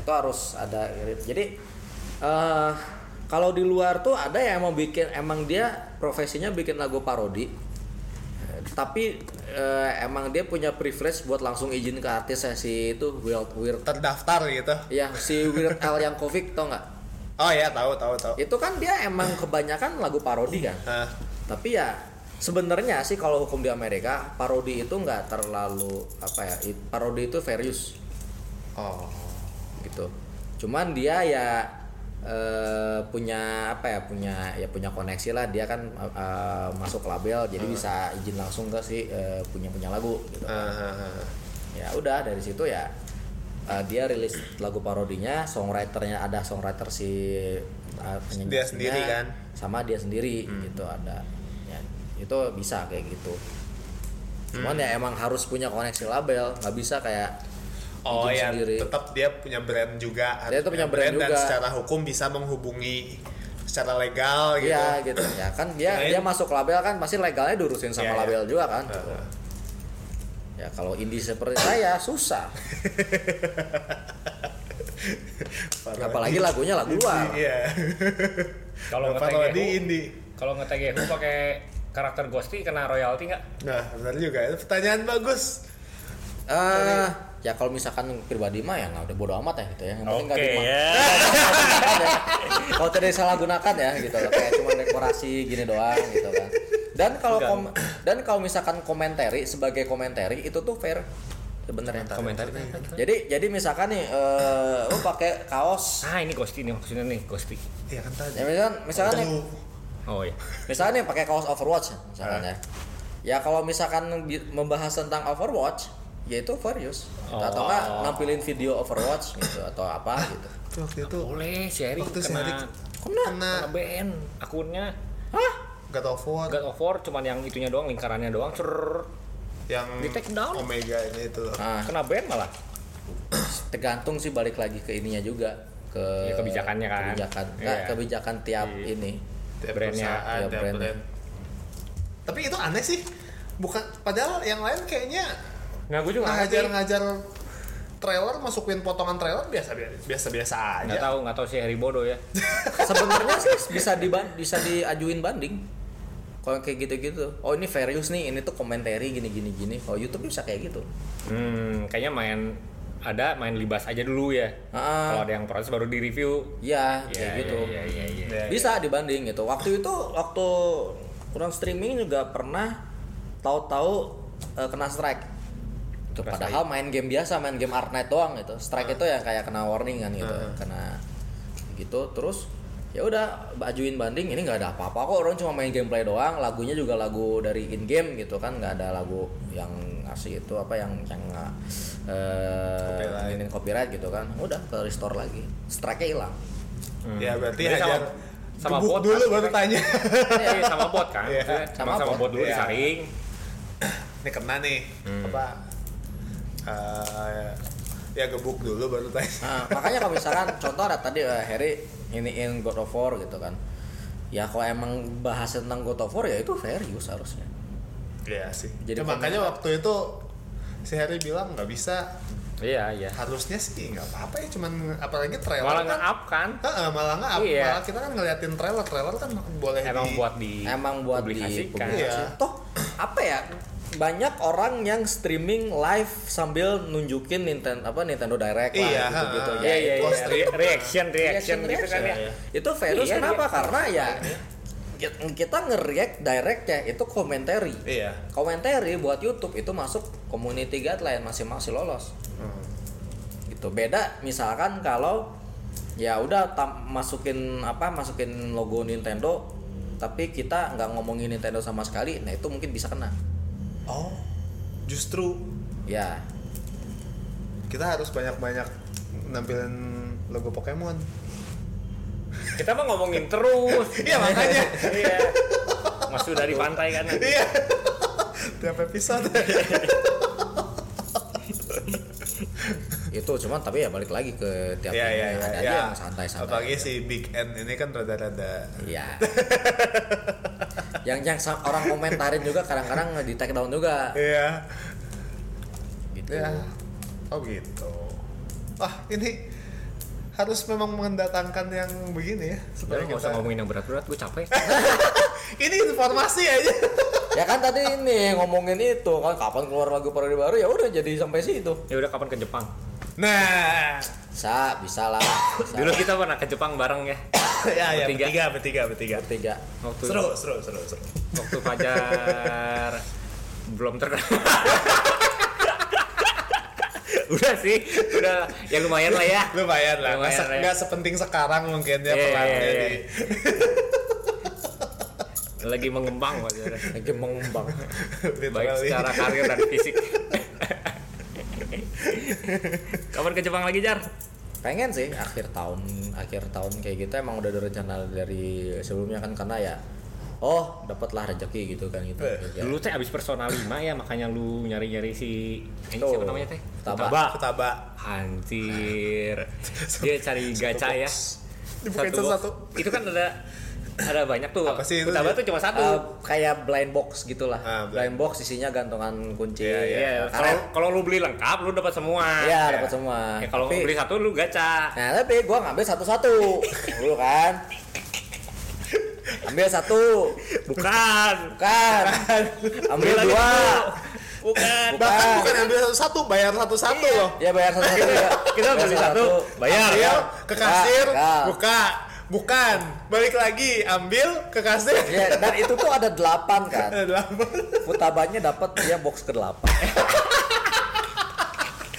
Itu harus ada jadi eh kalau di luar tuh ada yang mau bikin emang dia profesinya bikin lagu parodi. Eh, Tapi eh, emang dia punya privilege buat langsung izin ke artis si itu Wild Weird
Terdaftar gitu.
Ya, si Weird Al yang Yankovic tau nggak?
Oh ya, tahu tahu tahu. Nah.
Itu kan dia emang kebanyakan lagu parodi kan.
Hah.
Tapi ya sebenarnya sih kalau hukum di Amerika parodi itu nggak terlalu apa ya? i- Parodi itu fair use
oh.
gitu. Cuman dia ya eh, punya apa ya? Punya ya punya koneksi lah. Dia kan eh, eh, masuk label jadi bisa izin langsung ke si eh, punya punya lagu gitu.
Hmm. Ah.
ya udah dari situ ya eh, dia rilis lagu parodinya songwriternya ada songwriter si eh, penyanyi
Dia
aslinya,
sendiri kan? Hmm.
sama dia sendiri gitu ada ya, itu bisa kayak gitu cuman
Hmm.
ya emang harus punya koneksi label nggak bisa kayak
Oh
bikin
ya,
sendiri.
tetap dia punya brand juga.
Dia tuh punya brand
dan
juga.
secara hukum bisa menghubungi secara legal gitu.
Iya gitu ya kan dia
Kirain-
dia masuk label kan pasti legalnya diurusin sama
Iya, iya.
label juga kan gitu.
Heeh.
ya kalau indie seperti saya susah
Parodi.
apalagi lagunya lagu luar
gitu. Iya.
Kalau ya, oh. nggak
parodi
tagih,
indie.
Kalau nge tag Yahoo pakai karakter Ghosty kena royalti nggak?
Nah, benar juga. Itu pertanyaan bagus.
Eh, ya kalau misalkan pribadi mah ya nggak udah bodo amat ya gitu ya. Yang penting nggak
Oke,
dima-
ya.
ya. Kalau tidak disalahgunakan ya gitu loh. Kayak cuma dekorasi gini doang gitu kan. Dan kalau kom- dan kalau misalkan komentari sebagai komentari itu tuh fair sebenarnya.
Komentar.
Jadi jadi misalkan nih eh lu pakai kaos
Ah ini Ghosty nih maksudnya nih Ghosty.
Iya kan tadi.
ya misalkan misalkan nih
Aduh.
Oh iya.
misalnya nih pakai kaos Overwatch misalkan ya. Ya kalau misalkan bi- membahas tentang Overwatch yaitu for use atau enggak
Oh.
nampilin video Overwatch gitu atau apa gitu.
Itu waktu itu
Boleh si Eric
Waktu Nah. si Eric
kena
Kena
kena
kena BN akunnya
God of War
God of War cuman yang itunya doang lingkarannya doang cer
yang
Di take down.
Omega ini itu loh.
Nah,
kena BN malah
tergantung sih balik lagi ke ininya juga ke
Ya, kebijakannya kan.
Kebijakan. Nggak,
Iya.
kebijakan tiap ini.
Tiap
Brandnya,
perusahaan,
tiap
tiap
brand.
brand. Tapi itu aneh sih. Bukan padahal yang lain kayaknya
nah gue juga nggak ngerti
ngajar-ngajar trailer masukin potongan trailer biasa biasa biasa aja.
nggak tahu nggak tahu si Harry Bodo ya
Sebenarnya sih bisa diban bisa diajuin banding. Kalau kayak gitu-gitu. Oh, ini fair use nih, ini tuh komentari gini-gini gini. Kalau YouTube bisa kayak gitu.
hmm kayaknya main ada main libas aja dulu ya
Ah.
kalau ada yang proses baru di review
Ya, kayak gitu.
ya, ya, ya, ya.
Bisa dibanding gitu. Waktu itu waktu kurang streaming juga pernah tahu-tahu eh, kena strike. Itu
Kena
padahal main game biasa, main game Artnite doang gitu. Strike itu ya kayak kena warning kan gitu, kena gitu terus ya udah bajuin banding ini nggak ada apa-apa kok orang cuma main gameplay doang lagunya juga lagu dari in game gitu kan nggak ada lagu yang ngasih itu apa yang yang eh
Copyright.
ini copyright gitu kan udah ke restore lagi strike nya hilang
Ya berarti
Jadi
hajar
sama- sama
gebuk
bot
dulu
kan,
baru
kita-
tanya.
Iya, sama bot kan
Iya.
Maksudnya
Sama
emang sama,
bot.
bot dulu
Iya.
disaring
Ini kena nih
Hmm.
apa? eh, ya gebuk dulu baru tanya.
Nah, makanya kalau misalkan contoh ada tadi eh, Harry iniin God of War gitu kan. Ya kalau emang bahas tentang God of War ya itu fair use harusnya.
Iya sih.
Jadi
Jadi makanya waktu itu si Harry bilang nggak bisa
iya iya
harusnya sih nggak apa-apa ya cuman apalagi trailer
malah
kan
nge up kan
Heeh, malah nggak apa
Iya.
malah kita kan ngeliatin trailer trailer kan boleh
emang
di-
buat di
Emang buat di
publikasikan
Iya.
publikasi. Toh apa ya? Banyak orang yang streaming live sambil nunjukin Nintendo apa Nintendo Direct lah
Iya,
gitu-gitu. Ya,
ha,
Iya iya
Itu
iya
stream.
Re- reaction reaction, gitu kan ya.
Iya, Itu fair use
Iya,
kenapa?
iya.
Karena ya kita nge-react direct ya itu komentari
Iya.
komentari buat YouTube itu masuk community guideline masih masih lolos
Hmm.
gitu beda misalkan kalau ya udah tam- masukin apa masukin logo Nintendo tapi kita nggak ngomongin Nintendo sama sekali nah itu mungkin bisa kena
Oh, justru
ya
kita harus banyak-banyak nampilin logo Pokemon.
Kita mah ngomongin terus.
Iya, makanya.
iya. Masuk dari pantai kan. nanti.
Iya. Tiap episode.
itu cuman tapi ya balik lagi ke tiap
Iya, iya,
ini.
iya.
ada
iya.
aja yang santai santai
Apalagi si Big N ini kan rada-rada
Iya. yang yang sa- orang komentarin juga kadang-kadang di take down juga
Iya.
gitu.
Ya. Oh gitu. Wah, ini harus memang mendatangkan yang begini ya.
Udah
supaya
nggak usah
kita-
ngomongin yang berat-berat, gue capek.
Ini informasi aja.
Ya kan tadi ini ngomongin itu kan kapan keluar lagu periode baru ya udah jadi sampai situ.
Ya udah kapan ke Jepang?
Nah,
Bisa, bisa lah. Bisa.
Dulu kita pernah ke Jepang bareng ya.
ya ya
Bertiga.
bertiga, bertiga, bertiga.
Tiga.
Waktu
Seru, seru, seru, seru.
waktu Fajar belum terkenal. udah sih, udah ya lumayan lah ya.
Lumayan lah, nggak
Lumayan,
se-
ya.
nggak sepenting sekarang mungkin
Iya,
ya
iya,
perannya
iya.
di-
Lagi mengembang Fajar.
Lagi mengembang.
Baik
literally.
secara karir dan fisik. Kapan ke Jepang lagi, Jar?
Pengen sih akhir tahun akhir tahun kayak gitu emang udah ada rencana dari sebelumnya kan karena ya oh dapatlah rezeki gitu kan gitu.
Eh,
Ya.
Dulu teh abis personal 5 ya, makanya lu nyari-nyari si ini
Tuh.
siapa namanya teh?
Futaba.
Futaba.
Futaba.
Anjir. Dia cari gacha ya.
Dibukain
box.
satu-satu.
Itu kan ada ada banyak tuh.
Apa sih itu
Futaba
dia?
tuh cuma satu.
Eh, kayak blind box gitulah.
Ah, blind
blind box isinya gantungan kunci.
Iya,
Iya,
kalau
Karena-
kalau lu beli lengkap lu dapat semua.
Iya, dapat semua.
Ya, kalau
Tapi-
beli satu lu gacha.
Nah tapi gue ngambil satu-satu Dulu kan Ambil satu
Bukan.
Bukan Ambil
lagi
dua
satu. Bukan.
Bukan.
Bahkan Nah, kan bukan ambil satu-satu, bayar satu-satu loh.
Ya bayar satu-satu ya.
Iya, Kita
Bayar
beli satu, bayar.
Ambil ke kasir,
Enggak.
buka. Bukan, balik lagi, ambil ke kasir.
Ya, dan itu tuh ada delapan kan
Ada delapan.
Putabanya dapat dia box ke delapan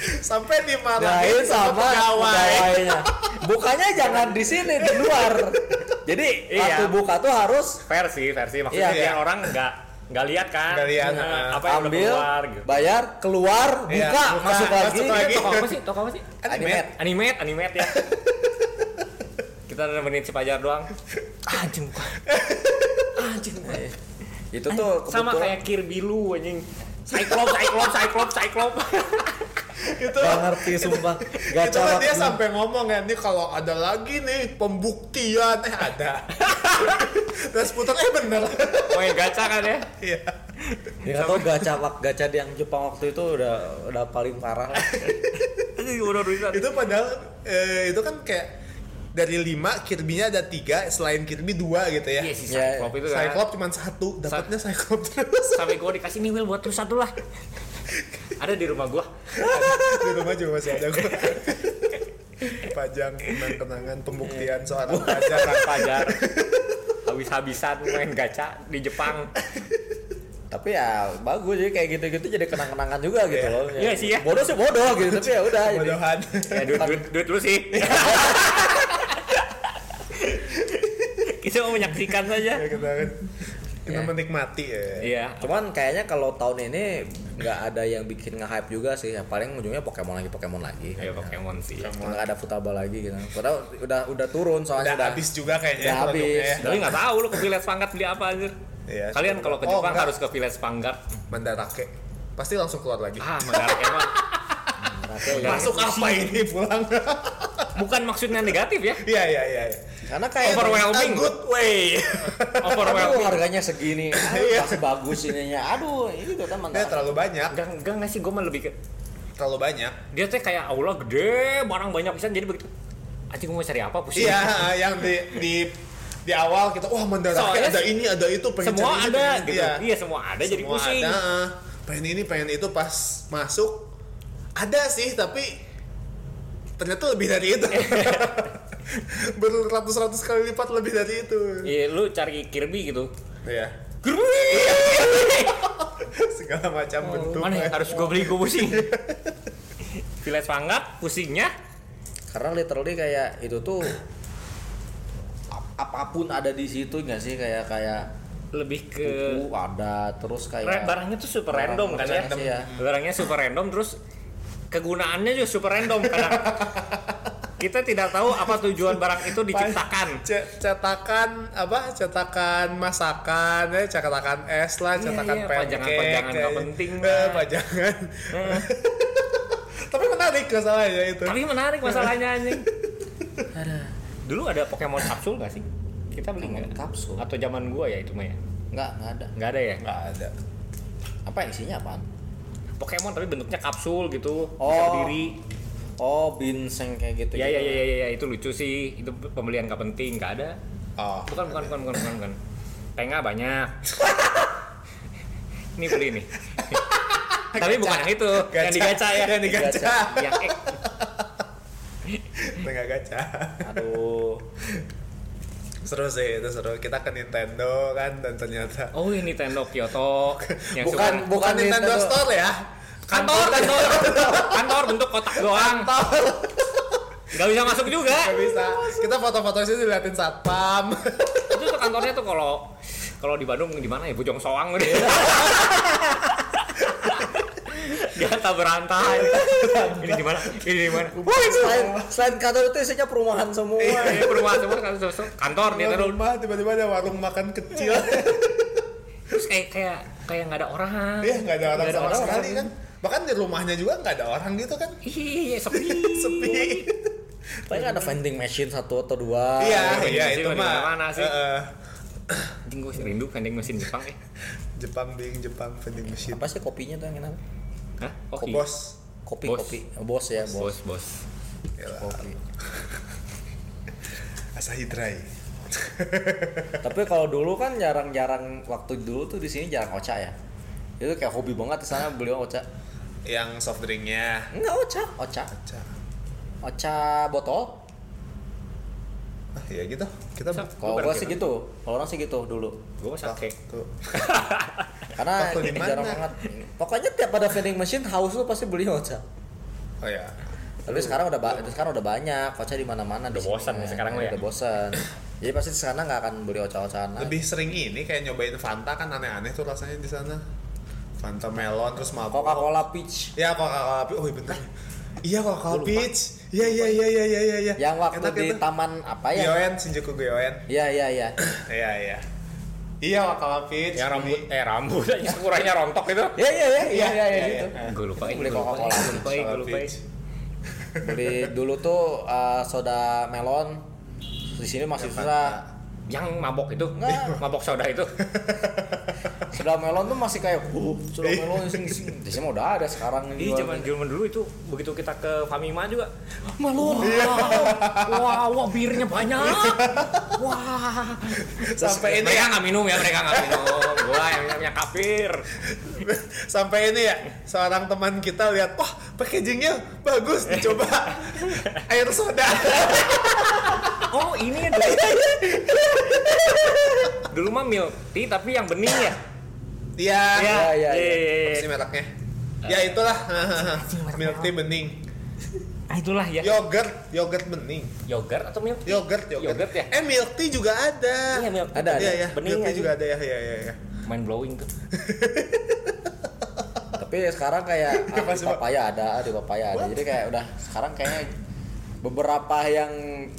Sampai dimarahin
Lain Nah, sama
pegawai.
pegawainya Bukanya jangan di sini, di luar Jadi
Iya.
waktu buka tuh harus
Versi, versi maksudnya
Iya.
biar orang nggak nggak lihat kan.
Nggak lihat,
Nah, apa
heeh.
yang udah
ambil,
keluar gitu.
bayar, keluar, buka,
Iya, buka,
masuk,
masuk
lagi. Kan
lagi.
Toko apa sih? Toko apa sih?
Animate.
Animate, animate ya. Kita nemenin si Pajar doang. Anjing gua. Anjing gua.
Itu tuh
Sama
kebetulan-
kayak Kirby lu anjing. Cyclops, Cyclops, Cyclops, Cyclops.
Itu
Gak ngerti sumpah
Gitu. itu
Gacha
kan dia
waktu-
sampai ngomong ya, ini kalau ada lagi nih pembuktian eh ada. Terus putar eh bener.
Main gacha kan ya.
Iya.
Ya gak tau gacha, wak- gacha di yang Jepang waktu itu udah udah paling parah lah
Anjing udah rusak.
itu padahal eh, itu kan kayak dari lima Kirby-nya ada tiga selain Kirby dua gitu ya.
Iya si
Ya,
Cyclops itu kan.
Cyclops cuma satu, dapatnya Cyclops terus
Sampai gua dikasih nih Will buat lu satu lah. Ada di rumah gua.
di rumah juga masih ada gue. Pajang kenang-kenangan pembuktian seorang pajang.
Kang Pajar. Habis-habisan main gacha di Jepang.
Tapi ya bagus jadi kayak gitu-gitu jadi kenang-kenangan juga gitu
Iya.
loh
Iya sih ya.
Bodoh sih bodoh gitu tapi ya udah jadi.
Bodohan.
Ya duit, duit, duit lu sih. Kita mau menyaksikan saja.
Ya, kita kan kita menikmati ya.
Iya.
Cuman kayaknya kalau tahun ini nggak ada yang bikin nge-hype juga sih ya paling ujungnya Pokemon lagi Pokemon lagi
Ayo
Iya,
Ya, Pokemon sih.
nggak ada Futaba lagi gitu Padahal udah udah turun
Udah
soalnya udah,
habis juga
Udah
kayaknya
habis.
produknya ya.
Tapi nggak tahu lu ke Village Vanguard beli apa anjir.
Iya,
Kalian
coba.
kalau ke
Oh,
Jepang
enggak.
harus ke Village Vanguard.
Mandarake. Pasti langsung keluar lagi.
Ah, Mandarin emang.
Rata ya.
Masuk apa ini pulang?
Bukan maksudnya negatif ya.
Iya iya iya. iya.
Karena kayak
Eh, Overwhelming.
A good way.
Aduh
Overwhelming.
harganya segini, aduh,
Iya.
masih bagus ininya. Aduh, ini kan tuh teman.
Dia terlalu banyak,
Enggak enggak nggak sih gue mah lebih ke
terlalu banyak.
dia tuh kayak Allah gede, barang banyak pisan jadi begitu. Anjing gue mau cari apa pusing.
Iya, yang di di di awal kita wah mendadak
Soalnya
ada ini ada itu pengen
Semua
cari ini,
ada
pengen-
gitu.
Iya.
Iya, semua ada jadi
Semua
pusing.
ada. ah. Pengen ini pengen itu pas masuk ada sih tapi ternyata lebih dari itu. Beratus-ratus kali lipat lebih dari itu.
Iya, lu cari Kirby gitu.
Iya. Segala macam bentuk.
Mana ya? harus gue beli gue pusing. Village Vanguard pusingnya.
karena literally kayak itu tuh ap- apapun ada di situ nggak sih kayak kayak
lebih ke
buku ada terus
Ra-
kayak
barangnya tuh super
Barang
random kan ya.
random sih ya.
Barangnya super random terus kegunaannya juga super random kadang. Kita tidak tahu apa tujuan barang itu diciptakan.
Ce- cetakan apa cetakan masakan ya cetakan es lah
Iya,
cetakan
iya,
pancake
pajangan-pajangan nggak
kayak-
penting
Eh,
lah.
pajangan tapi menarik masalahnya itu
Tapi menarik masalahnya anjing. Dulu ada Pokemon kapsul gak sih? Kita beli
Pokemon
nggak?
kapsul?
Atau zaman gua ya itu mah ya?
nggak nggak ada
Nggak ada ya?
nggak ada
apa isinya apaan
Pokemon tapi bentuknya kapsul gitu, bisa
Oh.
berdiri.
oh binseng kayak gitu
Ya ya ya ya ya, itu lucu sih. Itu pembelian gak penting, gak ada.
oh
Bukan bukan bukan bukan bukan. bukan. Penga banyak. Ini beli nih. tapi bukan yang itu, yang digaca ya.
yang digaca
Yang X.
tengah gacha
aduh
seru sih itu seru kita ke Nintendo kan dan ternyata
Oh, ini Nintendo Kyoto yang suka-
Bukan, bu-
bukan Nintendo,
Nintendo.
Store ya
kantor kantor kantor bentuk kotak doang nggak bisa masuk juga
nggak bisa kita foto-foto sih diliatin satpam
itu tuh kantornya tuh kalau kalau di Bandung di mana ya Bojong Soang gitu dia tak berantai ini di mana ini di mana
Wah, itu
selain selain kantor itu isinya perumahan semua
iya.
ini perumahan semua kantor kantor dia
Di
terus
rumah tiba-tiba ada warung makan kecil
terus kayak kayak kayak nggak ada orang
Iya nggak ada orang
Nggak
sama
orang.
sekali kan. Bahkan di rumahnya juga nggak ada orang gitu kan.
iya sepi
Sepi.
paling ada vending machine satu atau dua
Iya
iya,
iya
sih,
itu
di
mah.
mana-mana sih.
Heeh.
anjing gue rindu kan yang mesin Jepang eh
Jepang bing Jepang vending machine.
apa sih kopinya tuh yang kenapa
Hah?
Kok
Koki.
bos.
kopi
Bos.
kopi Oh, bos ya bos
bos bos
Gila.
kopi
Iya. Asahi Dry.
tapi kalau dulu kan jarang-jarang waktu dulu tuh di sini jarang oca ya itu kayak hobi banget di sana beli oca
Yang soft drinknya.
enggak oca oca
Cak.
oca botol
Ah, ya gitu. Kita
Soft Lu
Kalau gua
berarti
sih gitu, kalau orang sih gitu dulu.
gue mau sake
Tuh.
Karena
Waktu di
ini jarang
mana?
banget. Pokoknya tiap ada vending machine haus lu pasti beli ocha.
Oh ya.
Tapi sekarang udah ba- sekarang udah banyak ocha di mana-mana. di
Udah
sini.
bosan ya sekarang lu ya?
Udah bosan. Jadi pasti di sana nggak akan beli ocha-ocaan. lagi.
Lebih sering ini kayak nyobain Fanta kan aneh-aneh tuh rasanya di sana. Fanta melon terus mabok.
Coca-Cola Peach
Ya Coca-Cola Peach. Oh iya bentar. Iya Coca-Cola Peach. Iya iya iya iya iya iya. iya.
yang waktu
Enak
di
itu.
taman apa ya?
Gyoen, Shinjuku Gyoen.
Iya iya iya.
Iya iya. Iya Wakala Peach.
yang rambut
Ini-
eh rambut aja ukurannya rontok itu
Iya iya iya iya iya
iya,
gitu.
iya.
gue lupa
Beli
gua lupa, gua lupa
Coca-Cola.
gue
Wakala
lupa
Peach.
Beli dulu tuh eh, soda melon di sini masih susah.
yang mabok itu
Enggak.
mabok soda itu
Soda melon tuh masih kayak uh, soda
Iya.
melon sing-sing. Di sini mah udah ada sekarang
di
jualan.
zaman zaman dulu itu begitu kita ke Famima juga
Melon.
wah wah birnya banyak wah
Sampai ini
mereka nggak minum ya mereka nggak minum gua yang yang kafir
sampai ini ya seorang teman kita lihat wah packagingnya bagus dicoba air soda
oh ini ya dulu dulu mah milk tea tapi yang bening ya
iya
Iya,
iya, iya.
iya.
apa sih mereknya ya itulah milk tea bening
Ah, itulah ya
yogurt yogurt bening
yogurt atau milk tea?
yogurt yogurt,
Yogurt ya?
eh milk tea juga ada
Iya, milk tea.
Ada, ada.
Iya, iya.
Bening
milk tea
aja.
juga ada ya ya ya, ya.
mind blowing tuh
tapi sekarang kayak ah,
Apa
di
sih, Pak?
papaya ada ah, di papaya ada jadi kayak udah sekarang kayaknya beberapa yang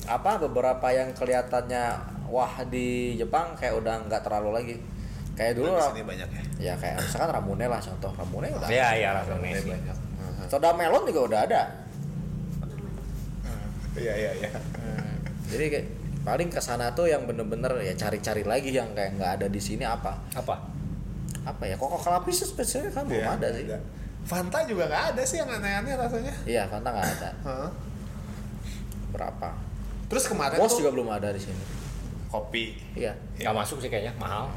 apa beberapa yang kelihatannya wah di Jepang kayak udah nggak terlalu lagi kayak dulu
Di
lah
sini Iya. banyak ya
ya kayak misalkan ramune lah contoh ramune udah
ya ya langsung
Ini
Messi
banyak
soda melon juga udah ada
iya iya iya
jadi kayak paling ke sana tuh yang bener-bener ya cari-cari lagi yang kayak nggak ada di sini apa
apa
apa ya kok kalapis spesialnya kan belum
Iya,
ada sih
Fanta juga nggak ada sih yang aneh-aneh rasanya.
iya karena nggak ada
Hah?
berapa
Terus kemarin
bos
tuh
juga belum ada di sini
kopi.
iya
nggak masuk sih kayaknya mahal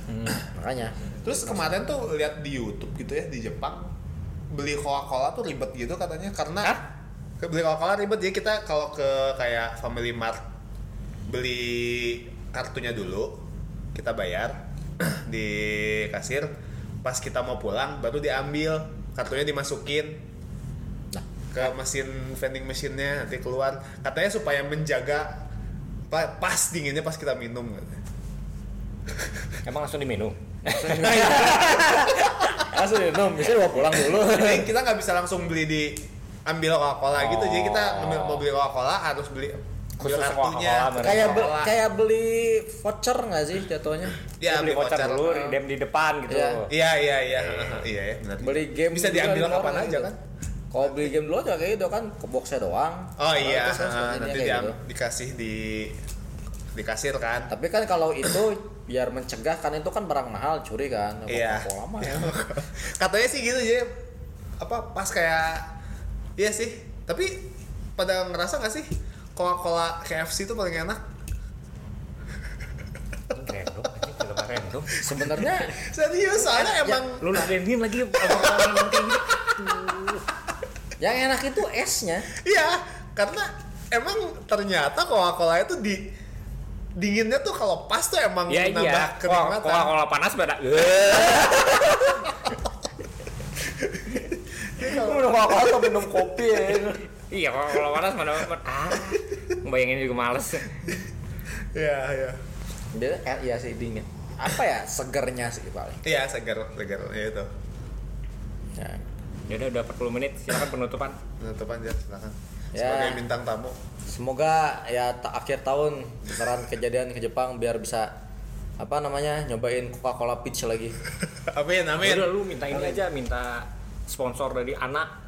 makanya
Terus kemarin tuh lihat di YouTube gitu ya di Jepang beli Coca-Cola tuh ribet gitu katanya karena
Hah?
Ke- beli kolak-kolak ribet jadi kita kalau ke kayak Family Mart beli kartunya dulu kita bayar di kasir pas kita mau pulang baru diambil kartunya dimasukin ke mesin vending mesinnya nanti keluar katanya supaya menjaga pa- pas dinginnya pas kita minum katanya.
Emang langsung diminum?
Langsung minum, bisa bawa pulang dulu.
jadi kita nggak bisa langsung beli di ambil Coca-Cola gitu jadi kita
Oh.
ambil- mau beli Coca-Cola harus beli
Khusus
beli
Coca-Cola, merek.
kayak be-
Coca-Cola.
kayak beli voucher nggak sih jatuhnya?
ya
Iya, beli voucher dulu,
Ah.
dem di depan gitu.
Iya.
Iya iya iya. Iya ya, benar.
Beli game
bisa
juga
diambil
di luar
kapan aja
gitu.
kan?
Kalau beli game dulu juga kayak gitu kan ke boxnya doang.
Oh iya,
Terus kan
ah,
sepertinya
nanti
kayak
dia
gitu.
dikasih di di kasir kan.
Tapi kan kalau itu biar mencegah kan itu kan barang mahal curi kan.
Iya.
Kalau lama
Iya.
ya.
Katanya sih gitu jadi apa pas kayak iya sih. Tapi pada ngerasa nggak sih Coca-Cola KFC itu paling enak?
Random, ini film random.
Sebenarnya
Serius, soalnya
ya.
emang
Lu ladenin lagi abang-abang kayak gitu.
yang enak itu esnya.
Iya, karena emang ternyata Coca-Cola itu di dinginnya tuh kalau pas tuh emang
Ya
menambah
iya, kalau
kenikmatan.
kalau panas beda.
Udah kalau kalau minum kopi ya.
Iya, kalau kalau panas mana ah. Bayangin juga males.
Iya, iya.
Dia eh, iya sih dingin. Apa ya segernya sih paling.
Iya, segar, segar ya itu.
Ya.
Ya udah udah 40 menit, silakan penutupan.
Penutup aja silakan.
Ya.
Sebagai bintang tamu.
Semoga ya ta- akhir tahun beneran kejadian ke Jepang biar bisa apa namanya nyobain Coca-Cola Peach lagi.
amin, amin.
Udah lu minta ini aja, minta sponsor dari anak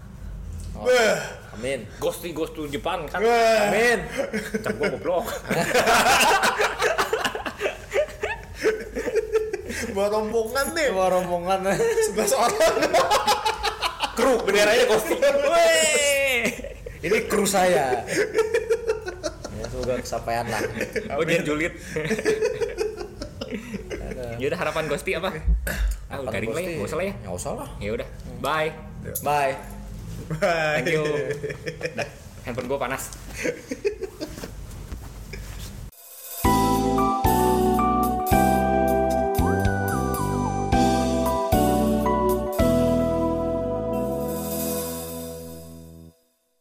Oh,
Beuh.
amin.
Ghost di Ghost to Jepang kan.
Wah.
Amin. Cap gua goblok.
Buat rombongan nih.
Wah rombongan.
Sebelas orang.
Kru benderanya Ghost.
Ini kru saya. ya semoga kesampaian lah.
Oh dia julid. ya udah harapan Gosti apa? Ah, udah garing lah ya, gak usah lah ya.
Nggak usah lah.
Ya udah. Bye.
Bye.
Bye.
Thank you. Dah, handphone gua Nah, panas.